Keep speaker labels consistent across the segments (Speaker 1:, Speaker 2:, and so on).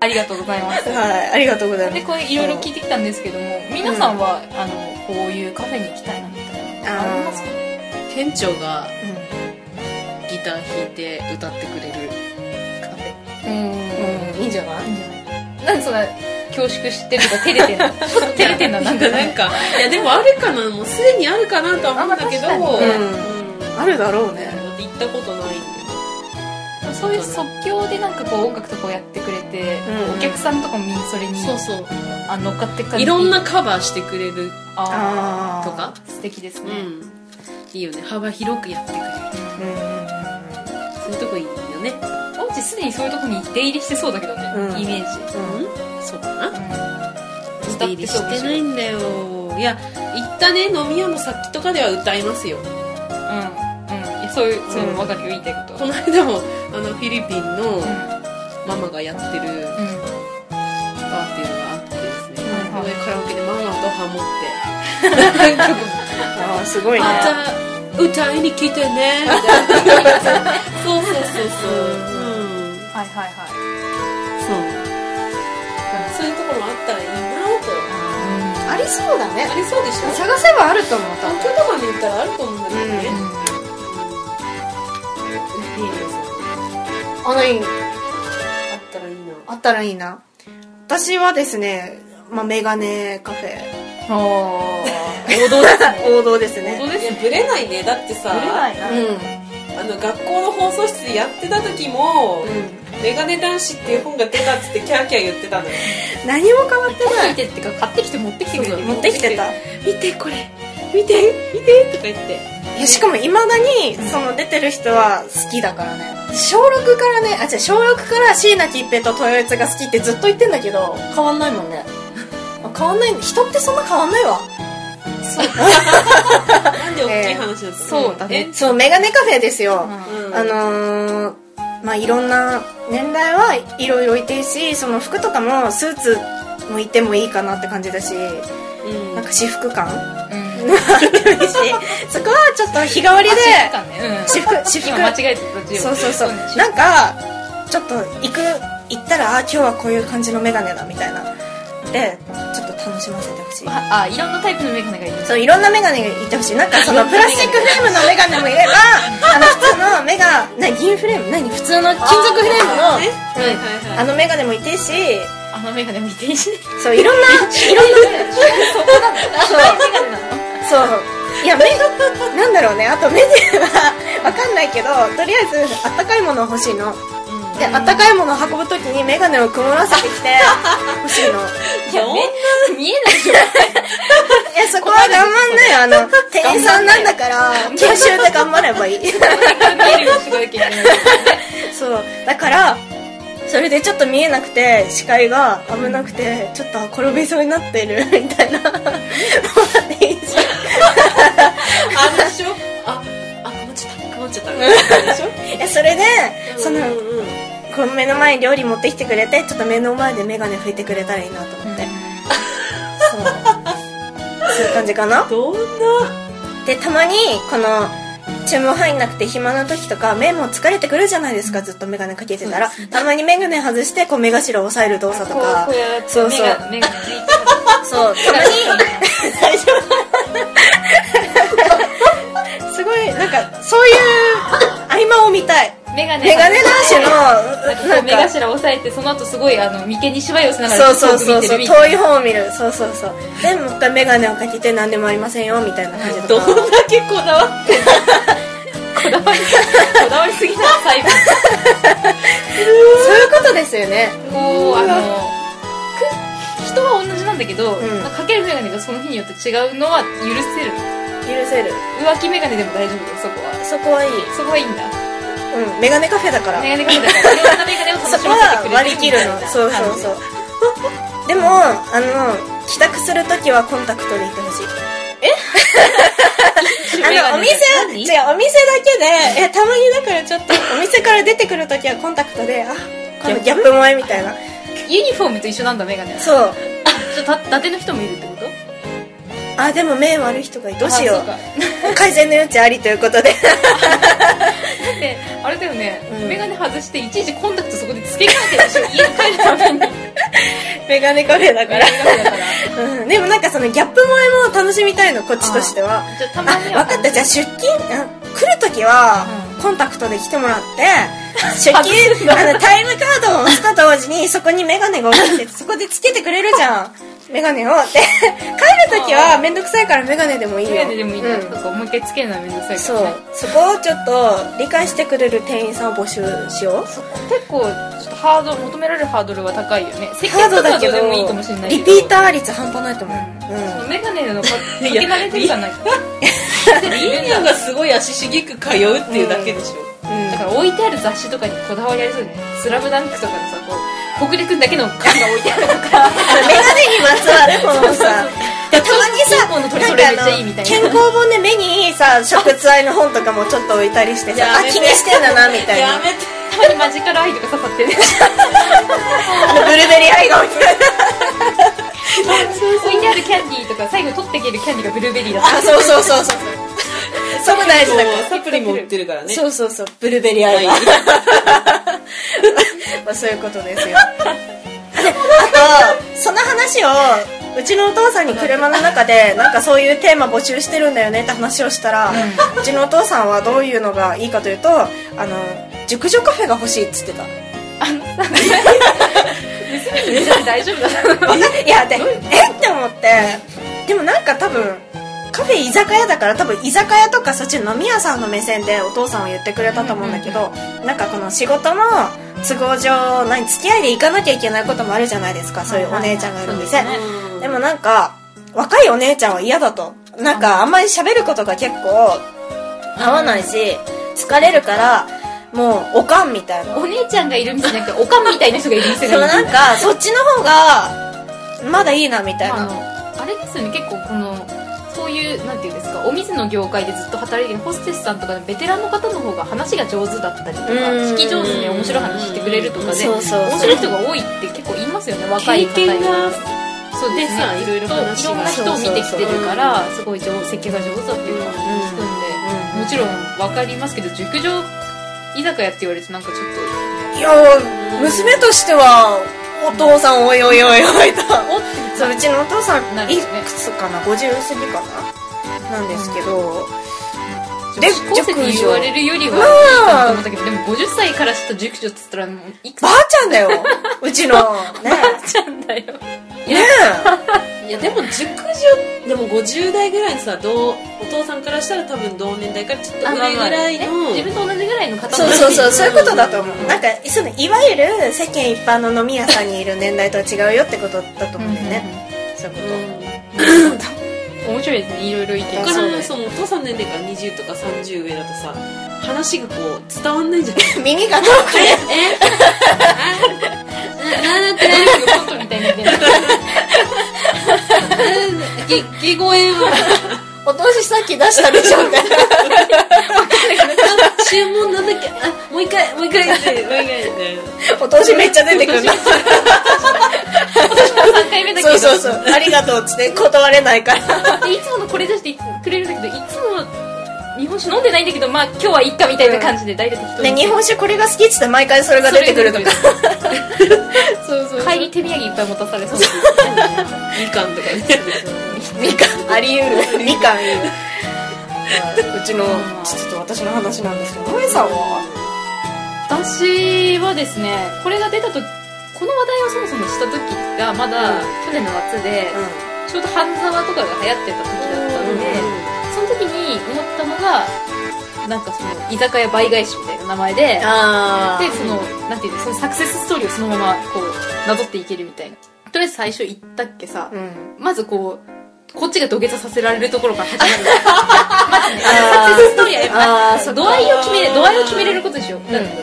Speaker 1: ありがとうございます
Speaker 2: はい、ありがとうございます。
Speaker 1: でこれいろいろ聞いてきたんですけども皆さんは、あのこういうカフェに行きたいなみたいなのありますか
Speaker 3: 店長が
Speaker 2: うんうん
Speaker 3: ギター弾いて歌ってくれるカフェ
Speaker 1: うん
Speaker 2: うん、いいんじゃない
Speaker 1: なんでそんな恐縮してるとか照れてん のちょっと照れてんのなんか
Speaker 3: なんか いやでもあるかなもうすでにあるかなとは思うんだけど、
Speaker 1: あまあ確か
Speaker 2: にね
Speaker 3: うん
Speaker 2: あるだろうね。
Speaker 3: 行ったことないんで
Speaker 1: そういう即興でなんかこう音楽とかをやってくれて、
Speaker 2: うんうん
Speaker 1: お客さんとかもみんなそれに
Speaker 3: そうそう
Speaker 1: あ乗っかってく感じ
Speaker 3: いろんなカバーしてくれる
Speaker 1: あ
Speaker 2: あ
Speaker 3: と
Speaker 2: ー
Speaker 3: か
Speaker 1: ー素敵です
Speaker 3: う
Speaker 1: ね、
Speaker 3: んいいよね幅広くやってくれる
Speaker 2: う
Speaker 3: そういうとこいいよね
Speaker 1: オーチすでにそういうとこに出入りしてそうだけどね、
Speaker 2: うん
Speaker 1: イメージ、
Speaker 2: んうんうん
Speaker 3: うんそうかな
Speaker 1: うん、
Speaker 3: 出入りしてない
Speaker 1: うん
Speaker 3: んだよいや行ったね飲み屋の先とかでは歌いますよ
Speaker 1: うんいやそういうそういうの分かるよ、言いたいこと
Speaker 3: この間もあのフィリピンの
Speaker 1: う
Speaker 3: ママがやってる
Speaker 1: んうん
Speaker 3: バーっていうのがあってですね、
Speaker 1: うん
Speaker 3: ここでカラオケでママとハモって
Speaker 2: あーすごいね。
Speaker 3: また歌いに来てねそうそうそうそう、うん、
Speaker 1: はいはいはい
Speaker 3: そうそういうところもあったらいいなと
Speaker 2: ありそうだね
Speaker 3: あ。りそうでしょ
Speaker 2: 探せばあると思う。多分
Speaker 3: 東京とかに行ったらあると思うんだけどね、いいね
Speaker 2: あない
Speaker 3: あったらいいな
Speaker 2: あったらいいな。私はですね、まあメガネカフェ
Speaker 1: うんおー王道ですね
Speaker 2: 王道です
Speaker 1: 王
Speaker 2: ね。
Speaker 1: 道です
Speaker 3: いや
Speaker 1: ね
Speaker 3: ブレないねだってさ
Speaker 1: ぶれないな、
Speaker 2: うん。
Speaker 3: あの学校の放送室でやってた時も「メガネ男子」っていう本が出たっつってキャーキャー言ってたのよ
Speaker 2: 何も変わって
Speaker 1: 持っ
Speaker 2: ない。
Speaker 1: てきてってか買ってきて持ってきてくれて
Speaker 3: そうそう
Speaker 2: 持ってきてた。
Speaker 3: 見てこれ見て見てとか言って
Speaker 2: いやしかも未だにその出てる人は好きだからね小6からねあ違う小6から椎名桔平と豊悦が好きってずっと言ってんだけど変わんないもんね あ変わんない人ってそんな変わんないわ
Speaker 3: なんで大きい話だったの、
Speaker 1: そうだね
Speaker 2: そうメガネカフェですよ、
Speaker 1: うん
Speaker 2: あのーまあいろんな年代はいろいろいてるしその服とかもスーツもいてもいいかなって感じだし
Speaker 3: うん
Speaker 2: なんか私服 感
Speaker 1: うん
Speaker 2: あってもいいしそこはちょっと日替わり
Speaker 1: あ
Speaker 2: で
Speaker 1: 私服感ねうん
Speaker 2: 私服私服
Speaker 1: 今間違えてた途中
Speaker 2: そうそうそう
Speaker 1: ね
Speaker 2: なんかちょっと行く行ったらあ今日はこういう感じのメガネだみたいなでちょっと楽しませてほしい
Speaker 1: ああいろんなタイプのメガネがいる
Speaker 2: そういろんなメガネがいてほしいなんかそのプラスチックフレームのメガネもいればあの普通のメガな銀フレーム何普通の金属フレームの
Speaker 3: あねはいはいはい
Speaker 2: あのメガネもいてるし
Speaker 1: あのメガネもいていいしね
Speaker 2: そういろんないろんな
Speaker 1: メガネなの
Speaker 2: そういや目なんだろうねあと目ではわかんないけどとりあえずあったかいもの欲しいのであったかいものを運ぶ時にメガネを曇らせてきて 欲しいの
Speaker 1: いや目見えないじゃん
Speaker 2: いや、そこは頑張んなよ。あの、店員さんなんだから、研修で頑張ればいい。
Speaker 1: 見えるようにしないといけない
Speaker 2: そう。だから、それでちょっと見えなくて、視界が危なくて、ちょっと転びそうになってる、みたい な。もういいじ
Speaker 3: あれでしょあ、あ、曇っちゃった、曇っ ちゃった。でしょ
Speaker 2: ゃんえ、それで、その、
Speaker 3: うんうん、
Speaker 2: この目の前に料理持ってきてくれて、ちょっと目の前でメガネ拭いてくれたらいいなと思って。そう。そういう感じかな。
Speaker 3: どんな、
Speaker 2: でたまにこの注文入んなくて暇な時とか目も疲れてくるじゃないですかずっと眼鏡かけてたら、たまに眼鏡外してこう目頭を押さえる動作とか
Speaker 1: こうやって
Speaker 2: そうそう
Speaker 1: メガネメガネついて
Speaker 2: そうたまに大丈夫すごいなんかそういう合間を見たい
Speaker 1: るメガネ
Speaker 2: 眼鏡男子
Speaker 1: な
Speaker 2: のな
Speaker 1: か
Speaker 2: んん
Speaker 1: 目頭
Speaker 2: か
Speaker 1: 押さえてその後すごいあの眉間に芝居をしなが
Speaker 2: そ
Speaker 1: ら
Speaker 2: うそうそう
Speaker 1: 遠
Speaker 2: そ
Speaker 1: く
Speaker 2: う
Speaker 1: 見てる
Speaker 2: 遠い方を見るそうそうそうでもう一回眼鏡をかけて何でもありませんよみたいな感じと
Speaker 3: ど
Speaker 2: か
Speaker 3: んだけこだわって
Speaker 1: こだわりこだわりすぎた細部
Speaker 2: そういうことですよね
Speaker 1: こうあのく人は同じなんだけど、
Speaker 2: ん
Speaker 1: まあかけるメガネがその日によって違うのは許せる
Speaker 2: 許せる
Speaker 1: 浮気メガネでも大丈夫だよそこは
Speaker 2: そこはいい
Speaker 1: そこはいいんだ
Speaker 2: うん、メガネカフェだから。
Speaker 1: メガネかけたからいろんなメガネを楽しま
Speaker 2: そ
Speaker 1: せて
Speaker 2: こ
Speaker 1: くれ
Speaker 2: は
Speaker 1: る
Speaker 2: 割り切るの。そうそうそう。でも、あの、帰宅するときはコンタクトで行ってほしい。
Speaker 1: う
Speaker 2: あの、お店、違う、お店だけで、いや、たまにだからちょ っと、お店から出てくるときはコンタクトで、あ、このギャップ萌えみたいな。
Speaker 1: ユニフォームと一緒なんだメガネは
Speaker 2: そう。
Speaker 1: ちょっと伊達の人もいるってこと
Speaker 2: あ、 でも目悪い人がいる。どうしよ
Speaker 1: あそう
Speaker 2: う。改善の余地ありということで。
Speaker 1: ってあれだよね、
Speaker 2: うん
Speaker 1: メガネ外していちいちコンタクトそこでつけ替えてるでしょ家に帰る ために
Speaker 2: メガネカフェだから。
Speaker 1: だから
Speaker 2: うん、でもなんかそのギャップ萌えも楽しみたいの、こっちとしては。
Speaker 1: じゃあた
Speaker 2: あ、
Speaker 1: まには
Speaker 2: わかった。じゃあ出勤、あ来るときは
Speaker 1: う、
Speaker 2: コンタクトで来てもら って、出勤、あの、タイムカードを押したと同時に、そこにメガネが置いてて、そこでつけてくれるじゃん。メガネを。 で、帰るときはめんどくさいからメガネでもいい
Speaker 1: つ
Speaker 2: よ。
Speaker 1: けてでもいいな
Speaker 2: うん
Speaker 1: とか、もう一回つけるのはめんどくさいか
Speaker 2: そう
Speaker 1: らね、
Speaker 2: そこをちょっと理解してくれる店員さんを募集しよう。
Speaker 1: 結構ちょっとハードル求められるハードルは高いよね接
Speaker 2: ハー
Speaker 1: 客
Speaker 2: ド
Speaker 1: と
Speaker 2: だ
Speaker 1: か
Speaker 2: け
Speaker 1: どう
Speaker 2: ど、
Speaker 1: でもいいかもしれないけ
Speaker 2: リ
Speaker 1: ど
Speaker 2: ピーター率半端ないと思う。うん。
Speaker 1: メガネのかかけられてるじゃないか
Speaker 3: みんながすごい足しげく通うっていうだけでしょ、
Speaker 2: うん
Speaker 1: だから置いてある雑誌とかにこだわりありそうだよね「スラムダンクとかのさこう北陸だけの缶が置いてあるとか
Speaker 2: メガネにまつわるものさでたまに
Speaker 1: ピ
Speaker 2: さ
Speaker 1: ンポンの取り
Speaker 2: な
Speaker 1: そ
Speaker 2: ん
Speaker 1: れ
Speaker 2: か
Speaker 1: めっちゃいいみ
Speaker 2: あ
Speaker 1: た
Speaker 2: の
Speaker 1: いな
Speaker 2: 健康本で目にさ食材の本とかもちょっと置いたりしてさ
Speaker 3: や
Speaker 2: あ
Speaker 3: めて
Speaker 2: 気にしてんだなみたいな
Speaker 3: やめて
Speaker 1: たまにマジカルアイとか刺さってる
Speaker 2: あのブルーベリーアイが置いてある
Speaker 1: 置いてあるキャンディーとか最後取っていけるキャンディーがブルーベリーだった
Speaker 2: あ そうそうそうそうそこ大事だから
Speaker 3: サプリも売ってるからね
Speaker 2: そうそうそうブルーベリーアイがまあそういうことですよであとその話をうちのお父さんに車の中でなんかそういうテーマ募集してるんだよねって話をしたら、うちのお父さんはどういうのがいいかというとあの熟女カフェが欲しいっつってた
Speaker 1: あのさ娘に見せて大丈夫だな
Speaker 2: いやでえって思ってでもなんか多分カフェ居酒屋だから多分居酒屋とかそっちの飲み屋さんの目線でお父さんは言ってくれたと思うんだけど、なんかこの仕事の都合上何付き合いで行かなきゃいけないこともあるじゃないですかそういうお姉ちゃんがいる店、
Speaker 1: はいはいはい
Speaker 3: うん
Speaker 2: でもなんか若いお姉ちゃんは嫌だとなんかあんまり喋ることが結構合わないし疲れるからもうおかんみたいな
Speaker 1: お姉ちゃんがいる店じゃなくておかんみたいな人がいる店
Speaker 2: でも
Speaker 1: がい
Speaker 2: なん
Speaker 1: る
Speaker 2: かそっちの方がまだいいなみたい
Speaker 1: あ
Speaker 2: な
Speaker 1: のあれですよね結構このそういうなんていうんですかお店の業界でずっと働いてるホステスさんとかのベテランの方の方が話が上手だったりとか
Speaker 2: うん
Speaker 1: 聞き上手で面白い話してくれるとかで
Speaker 2: そうそう
Speaker 1: 面白い人が多いって結構言いますよね若い
Speaker 3: 経
Speaker 1: 方よ
Speaker 3: 験
Speaker 1: り
Speaker 3: が
Speaker 1: そうですね
Speaker 3: ね
Speaker 1: いろいろ
Speaker 3: いろいろ話
Speaker 1: いろんな人を見てきてるからすごい上接客が上手だっていうのは聞くんで、
Speaker 2: うん
Speaker 1: もちろん分かりますけど熟女居酒屋って言われてなんかちょっと
Speaker 2: いや娘としてはお父さんおいおいおいおいと
Speaker 1: おって
Speaker 2: そううちのお父さ
Speaker 1: なんる
Speaker 2: い
Speaker 1: よ
Speaker 2: く
Speaker 1: ね
Speaker 2: つかな50過ぎかななんですけど、で
Speaker 1: 女子高生に言われるよりはいいかなと思ったけどでも50歳からした熟女っつったらもういくつ
Speaker 2: ばあちゃん だようちのね
Speaker 1: ちゃんだよ
Speaker 2: ね
Speaker 3: いやでも熟女でも50代ぐらいのさどうお父さんからしたら多分同年代からちょっと上ぐらいの、
Speaker 1: 自分と同じぐらいの方
Speaker 2: そ
Speaker 1: も
Speaker 2: う
Speaker 1: いる
Speaker 2: そうそうそういうことだと思うなんかそのいわゆる世間一般の飲み屋さんにいる年代とは違うよってことだと思うんだよね、そういうこと、
Speaker 1: うん面白いですねいろいろ意見
Speaker 3: うん、
Speaker 2: あそう
Speaker 3: 他
Speaker 2: ね
Speaker 3: のそのお父さん年齢が20とか30上だとさ話がこう伝わんないんじゃない
Speaker 2: 耳が遠く
Speaker 3: え
Speaker 2: で
Speaker 3: えあななんてね
Speaker 1: コントみたいになってる
Speaker 3: ぎ声は
Speaker 2: お通しさっき出したでしょみたいな
Speaker 3: 注文なんだっけあもう一回もう一回ってもう一回って
Speaker 2: お通しめっちゃ出てくるな
Speaker 1: 3回目だけ
Speaker 2: そ
Speaker 1: ど
Speaker 2: うそうそうありがとうっつって断れないから
Speaker 1: でいつものこれ出してくれるんだけどいつも日本酒飲んでないんだけどまあ今日はいっかみたいな感じで大体適当
Speaker 2: ね
Speaker 1: に
Speaker 2: 日本酒これが好きっつって毎回それが出てくるとか
Speaker 3: そうそう
Speaker 1: 帰り手土産いっぱい持たされそう
Speaker 3: みかんとかね
Speaker 2: みかんあり得るみかんいいうちのちょっと私の話なんですけど萌えさんは
Speaker 1: 私はですねこれが出た時この話題をそもそもした時がまだ去年の夏で、ちょうど半沢とかが流行ってた時だったので、その時に思ったのがなんかその居酒屋倍返しみたいな名前で
Speaker 2: あ
Speaker 1: でそのなんていうのそのサクセスストーリーをそのままこうなぞっていけるみたいなとりあえず最初行ったっけさ、
Speaker 2: うん
Speaker 1: まずこうこっちが土下座させられるところから始まるまずね
Speaker 2: あー
Speaker 1: サクセスストーリーはやっぱ
Speaker 2: あ
Speaker 1: そう度合いを決める度合いを決めれることでしょ、うん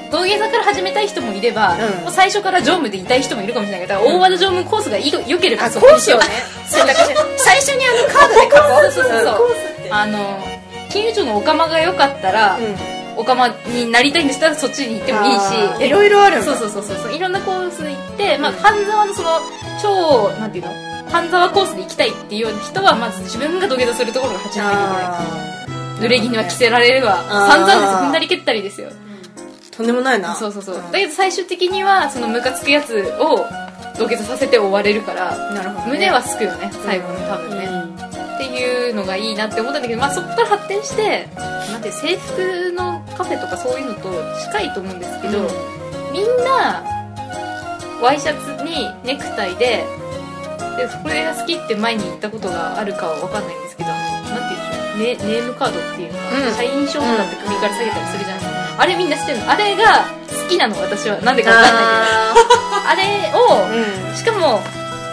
Speaker 1: 土下座から始めたい人もいれば、
Speaker 2: うん
Speaker 1: もう最初から常務でいたい人もいるかもしれないけど、大和田常務コースがいい良ければ
Speaker 2: あ
Speaker 1: そ
Speaker 2: コ
Speaker 1: こに
Speaker 2: ースをね選択して 最初にあのカードで
Speaker 1: そう
Speaker 2: 書
Speaker 1: そう
Speaker 2: こう
Speaker 1: そうそうあの金融庁のオカマが良かったら、
Speaker 2: うん
Speaker 1: オカマになりたいんでしたらそっちに行ってもいい
Speaker 2: あ
Speaker 1: し
Speaker 2: ーいろいろあるんだ
Speaker 1: そうそうそうそうそういろんなコースで行って、まあ、半沢のその超なんていうの半沢コースで行きたいっていうような人はまず自分が土下座するところが始まるぐらい
Speaker 2: あ
Speaker 1: 濡れ着には着せられるわ
Speaker 2: あ
Speaker 1: 散
Speaker 2: ー
Speaker 1: 々です踏んだり蹴ったりですよ
Speaker 2: とんでもないな
Speaker 1: そうそうそう、
Speaker 2: ん
Speaker 1: だけど最終的にはそのムカつくやつを土下座させて終われるから
Speaker 2: なるほどね、
Speaker 1: 胸はすくよね最後に多分ね、っていうのがいいなって思ったんだけど、まあ、そこから発展してなんて制服のカフェとかそういうのと近いと思うんですけど、みんなワイシャツにネクタイででこれが好きって前に言ったことがあるかは分かんないんですけどあのなんていうんでしょうネネームカードっていうのか、
Speaker 2: うん
Speaker 1: 社員証とかって首から下げたりするじゃないですか、あれみんなしてるのあれが好きなの私はなんでか分かんない
Speaker 2: あ
Speaker 1: けどあれを
Speaker 2: ーうん
Speaker 1: しかも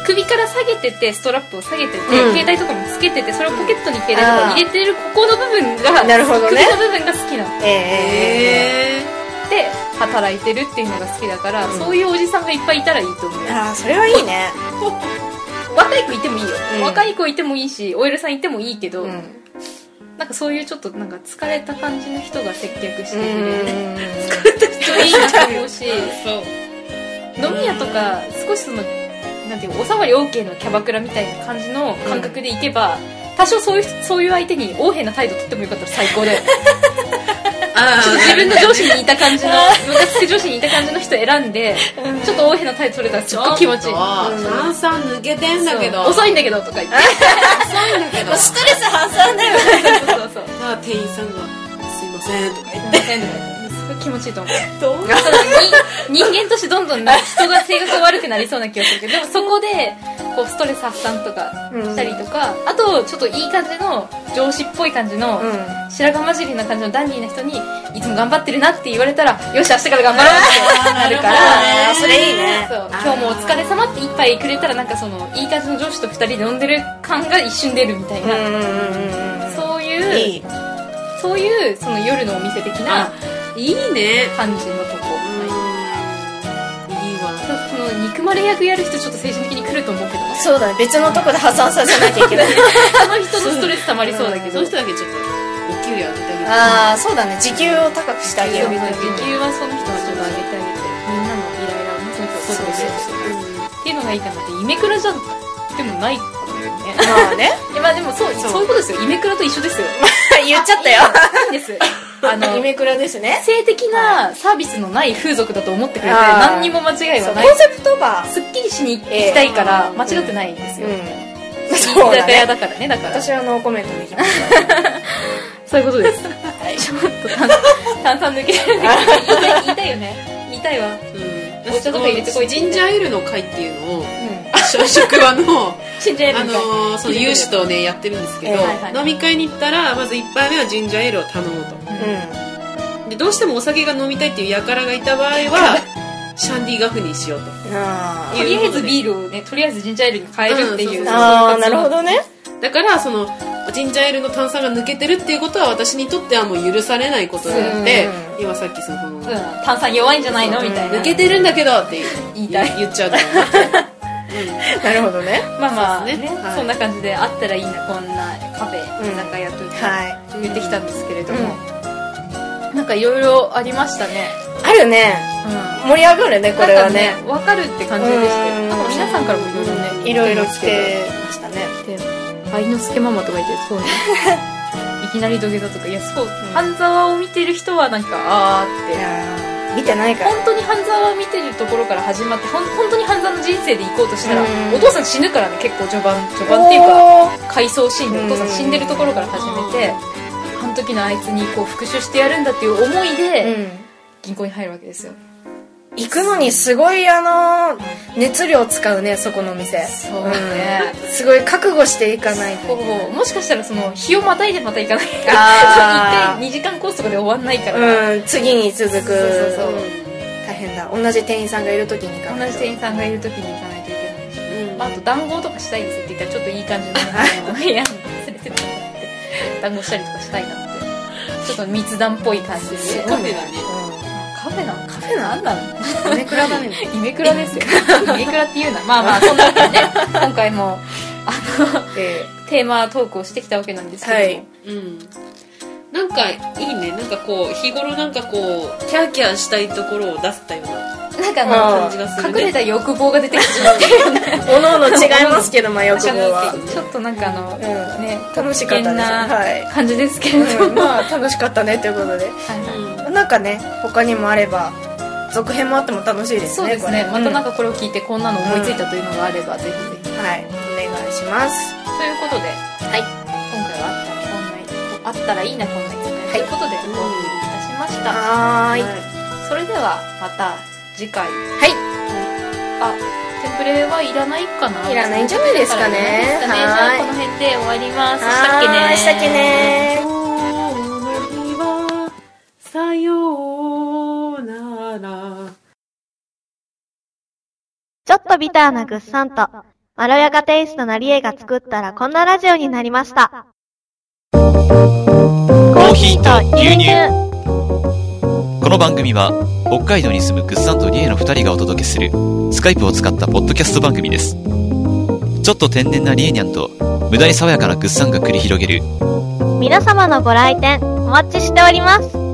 Speaker 1: 首から下げててストラップを下げてて、
Speaker 2: うん
Speaker 1: 携帯とかもつけててそれをポケットに携帯とか入れてるここの部分が、
Speaker 2: なるほどね
Speaker 1: 首の部分が好きなの
Speaker 2: え
Speaker 3: え
Speaker 1: で働いてるっていうのが好きだから、
Speaker 3: うん
Speaker 1: そういうおじさんがいっぱいいたらいいと思う
Speaker 2: ー、ああそれはいいね
Speaker 1: 若い子いてもいいよ、
Speaker 2: うん
Speaker 1: 若い子いてもいいし OL さんいてもいいけど、
Speaker 2: うん
Speaker 1: なんかそういうちょっとなんか疲れた感じの人が接客してくれる
Speaker 2: う
Speaker 1: 人いいなと思うし
Speaker 3: そう
Speaker 1: 飲み屋とか少しそのなんていうおさわり OK のキャバクラみたいな感じの感覚で行けば、多少そういう人そういう相手に横柄な態度取ってもよかったら最高で
Speaker 3: あ
Speaker 1: 自分の上司にいた感じのムカつく上司にいた感じの人選んでちょっと横柄な態度取れたらすっごい気持ちいい
Speaker 2: うん
Speaker 3: 炭酸抜けてんだけど
Speaker 1: そう遅いんだけどとか言って
Speaker 3: いんだけ ど
Speaker 2: んストレス発散だよ
Speaker 1: そうそうそう
Speaker 3: まあ店員さんが「すいません」とか言っ
Speaker 1: すごい気持ちいいと思う
Speaker 3: て
Speaker 1: ただに人間としてどんどんな人が性格が悪くなりそうな気がするけどでもそこでこうストレス発散とかしたりとか、あとちょっといい感じの上司っぽい感じの、
Speaker 2: うん
Speaker 1: 白髪混じりな感じのダンディーな人にいつも頑張ってるなって言われたらよし明日から頑張ろうってなるか
Speaker 2: あ
Speaker 1: ら
Speaker 2: ーそれいいね
Speaker 1: そう今日もお疲れ様って一杯くれたらなんかそのいい感じの上司と二人で飲んでる感が一瞬出るみたい
Speaker 2: うんう
Speaker 1: な、
Speaker 2: んうんうん
Speaker 1: そう
Speaker 2: う
Speaker 1: いう
Speaker 2: いい
Speaker 1: そういうその夜のお店的な
Speaker 3: いいね
Speaker 1: 感じのとこ、
Speaker 3: うんいいわ
Speaker 1: その憎まれ役やる人ちょっと精神的に来ると思うけどね
Speaker 2: そうだね別のとこで破産させなきゃいけない
Speaker 1: その人のストレス溜まりそうだけど、
Speaker 3: その人だけちょっとお給料上げてあ
Speaker 2: ああそうだね時給を高くしてあげ
Speaker 1: 給
Speaker 2: よう
Speaker 1: 料時給はその人はちょっと上げてあげてみんなのイライラをねその人が取って
Speaker 3: げる
Speaker 1: っていうのがいいかなってイメクラじゃでもないからね
Speaker 2: まあね
Speaker 1: いやまあでもそう
Speaker 3: そ
Speaker 1: そうういうことですよイメクラと一緒ですよ
Speaker 2: 言っちゃったよ
Speaker 1: いいんです あの
Speaker 2: イメクラですね
Speaker 1: 性的なサービスのない風俗だと思ってくれて
Speaker 2: あー
Speaker 1: 何にも間違い
Speaker 2: そ
Speaker 1: は
Speaker 2: う
Speaker 1: な
Speaker 2: コ
Speaker 1: い
Speaker 2: ンセプトバ
Speaker 1: すっきりしに行きたいから間違ってないんです
Speaker 2: ー
Speaker 1: よ、
Speaker 2: うん
Speaker 1: 居
Speaker 2: そうだ
Speaker 1: 酒屋
Speaker 2: ね
Speaker 1: だからねだから
Speaker 2: 私はノーコメントできます
Speaker 1: そういうことです
Speaker 2: はい
Speaker 1: ちょっと炭炭酸抜ける言いたい言いたいよね言いたいわ
Speaker 3: うん
Speaker 1: お茶とか入れてこいって
Speaker 3: ジンジャーエールの会っていうのを
Speaker 2: うん
Speaker 3: 職場の
Speaker 1: 死んじゃえる
Speaker 3: あ
Speaker 1: みたい
Speaker 3: のーその有志とねやってるんですけど、
Speaker 2: ええはい
Speaker 1: はいはい
Speaker 3: 飲み会に行ったらまず1杯目はジンジャーエールを頼むと
Speaker 2: う
Speaker 3: でどうしてもお酒が飲みたいっていう輩がいた場合はシャンディガフにしようと
Speaker 2: んあ
Speaker 1: とりあえずビールをねとりあえずジンジャーエールに変えるっていう、
Speaker 3: うんそうそうそう
Speaker 2: ああーなるほどね
Speaker 3: だからそのジンジャーエールの炭酸が抜けてるっていうことは私にとってはもう許されないことであって
Speaker 2: う
Speaker 3: 今さっきその、
Speaker 1: うん炭酸弱いんじゃないのみたいな
Speaker 3: 抜けてるんだけどって
Speaker 1: 言いたい
Speaker 3: 言言っちゃうと思う、うん
Speaker 2: なるほどね
Speaker 1: まあまあね
Speaker 3: そうですねはい
Speaker 1: そんな感じであったらいいなこんなカフェ
Speaker 2: うん
Speaker 1: 居酒屋というか
Speaker 2: はい
Speaker 1: 言ってきたんですけれども、なんかいろいろありましたね、
Speaker 2: あるね盛り上がるねこれはね
Speaker 1: なんか分かるって感じでしたよ
Speaker 2: うん
Speaker 1: なんか皆さんからもいろいろね
Speaker 2: いろいろ来てましたね
Speaker 1: 愛之助ママとかいてそうねいきなり土下座とかいやそう、半沢を見てる人はなんかあーっ
Speaker 2: い
Speaker 1: て
Speaker 2: やー見てないから
Speaker 1: 本当に半沢を見てるところから始まってほん本当に半沢の人生で行こうとしたら、
Speaker 2: うん
Speaker 1: お父さん死ぬからね結構序盤序盤っていうか
Speaker 2: おー
Speaker 1: 回想シーンでお父さん死んでるところから始めて、あの時のあいつにこう復讐してやるんだっていう思いで
Speaker 2: うん
Speaker 1: 銀行に入るわけですよ、
Speaker 2: 行くのにすごいあの熱量使うねそこの店
Speaker 1: そうね
Speaker 2: うんすごい覚悟していかない
Speaker 1: ほ
Speaker 2: と
Speaker 1: ぼもしかしたらその日をまたいでまた行かないから
Speaker 2: あー
Speaker 1: 2時間コースとかで終わんないから、
Speaker 2: うん次に続く
Speaker 1: そうそうそう
Speaker 2: 大変だ同じ店員さんがいる時に行か
Speaker 1: 同
Speaker 2: ない
Speaker 1: じ
Speaker 2: と
Speaker 1: 店員さんがいる時に行かないといけないし、
Speaker 3: うん
Speaker 1: まあ、あと談合とかしたいですって言ったらちょっといい感じのあの部屋に連れてってもらって談合したりとかしたいなってちょっと密談っぽい感じで
Speaker 3: カフェだね
Speaker 1: カフェなんカフェなんなの
Speaker 2: うん米倉だね
Speaker 1: イメクラですよ イメクラっていうなまあまあそんなわけでね今回も
Speaker 2: え
Speaker 1: テーマトークをしてきたわけなんですけども、
Speaker 2: はい
Speaker 3: うんなんかいいねなんかこう日頃なんかこうキャーキャーしたいところを出せたような
Speaker 1: なんかあ
Speaker 3: 感じがする
Speaker 1: の
Speaker 3: ね
Speaker 1: 隠れた欲望が出てきてしまってるよね
Speaker 2: おのおの違いますけどまあ欲望は、
Speaker 1: ちょっとなんかあの、
Speaker 2: うん
Speaker 1: ね
Speaker 2: 楽しかったですはい
Speaker 1: な感じですけれど
Speaker 2: うん
Speaker 1: も、
Speaker 2: まあ楽しかったねということで
Speaker 1: はい
Speaker 2: なんかね他にもあれば続編もあっても楽しいです
Speaker 1: そう
Speaker 2: ね
Speaker 1: ですね
Speaker 2: こ
Speaker 1: ま
Speaker 2: れ
Speaker 1: たなん
Speaker 2: う
Speaker 1: かこれを聞いてこんなの思いついたというのがあれば、ぜひぜひ
Speaker 2: んはいお願いします
Speaker 1: ということで、はい、今回はあったらこんなあったらいいなこんな一面、ということでお送りいたしました、
Speaker 2: はーい
Speaker 1: それではまた次回
Speaker 2: は
Speaker 1: あテンプレはいらないかない
Speaker 2: い
Speaker 1: い
Speaker 2: らないんじゃないですかね
Speaker 1: じゃあこ
Speaker 2: は
Speaker 1: の辺で終わります
Speaker 2: い
Speaker 1: したっけ
Speaker 2: はー
Speaker 1: ね
Speaker 2: いしたっけね
Speaker 3: はさようなら
Speaker 4: ちょっとビターなぐっさんと、まろやかテイストなりえが作ったらこんなラジオになりました。
Speaker 5: コーヒーと牛乳この番組は北海道に住むグッサンとリエの2人がお届けするスカイプを使ったポッドキャスト番組ですちょっと天然なリエニャンと無駄に爽やかなグッサンが繰り広げる
Speaker 4: 皆様のご来店お待ちしております。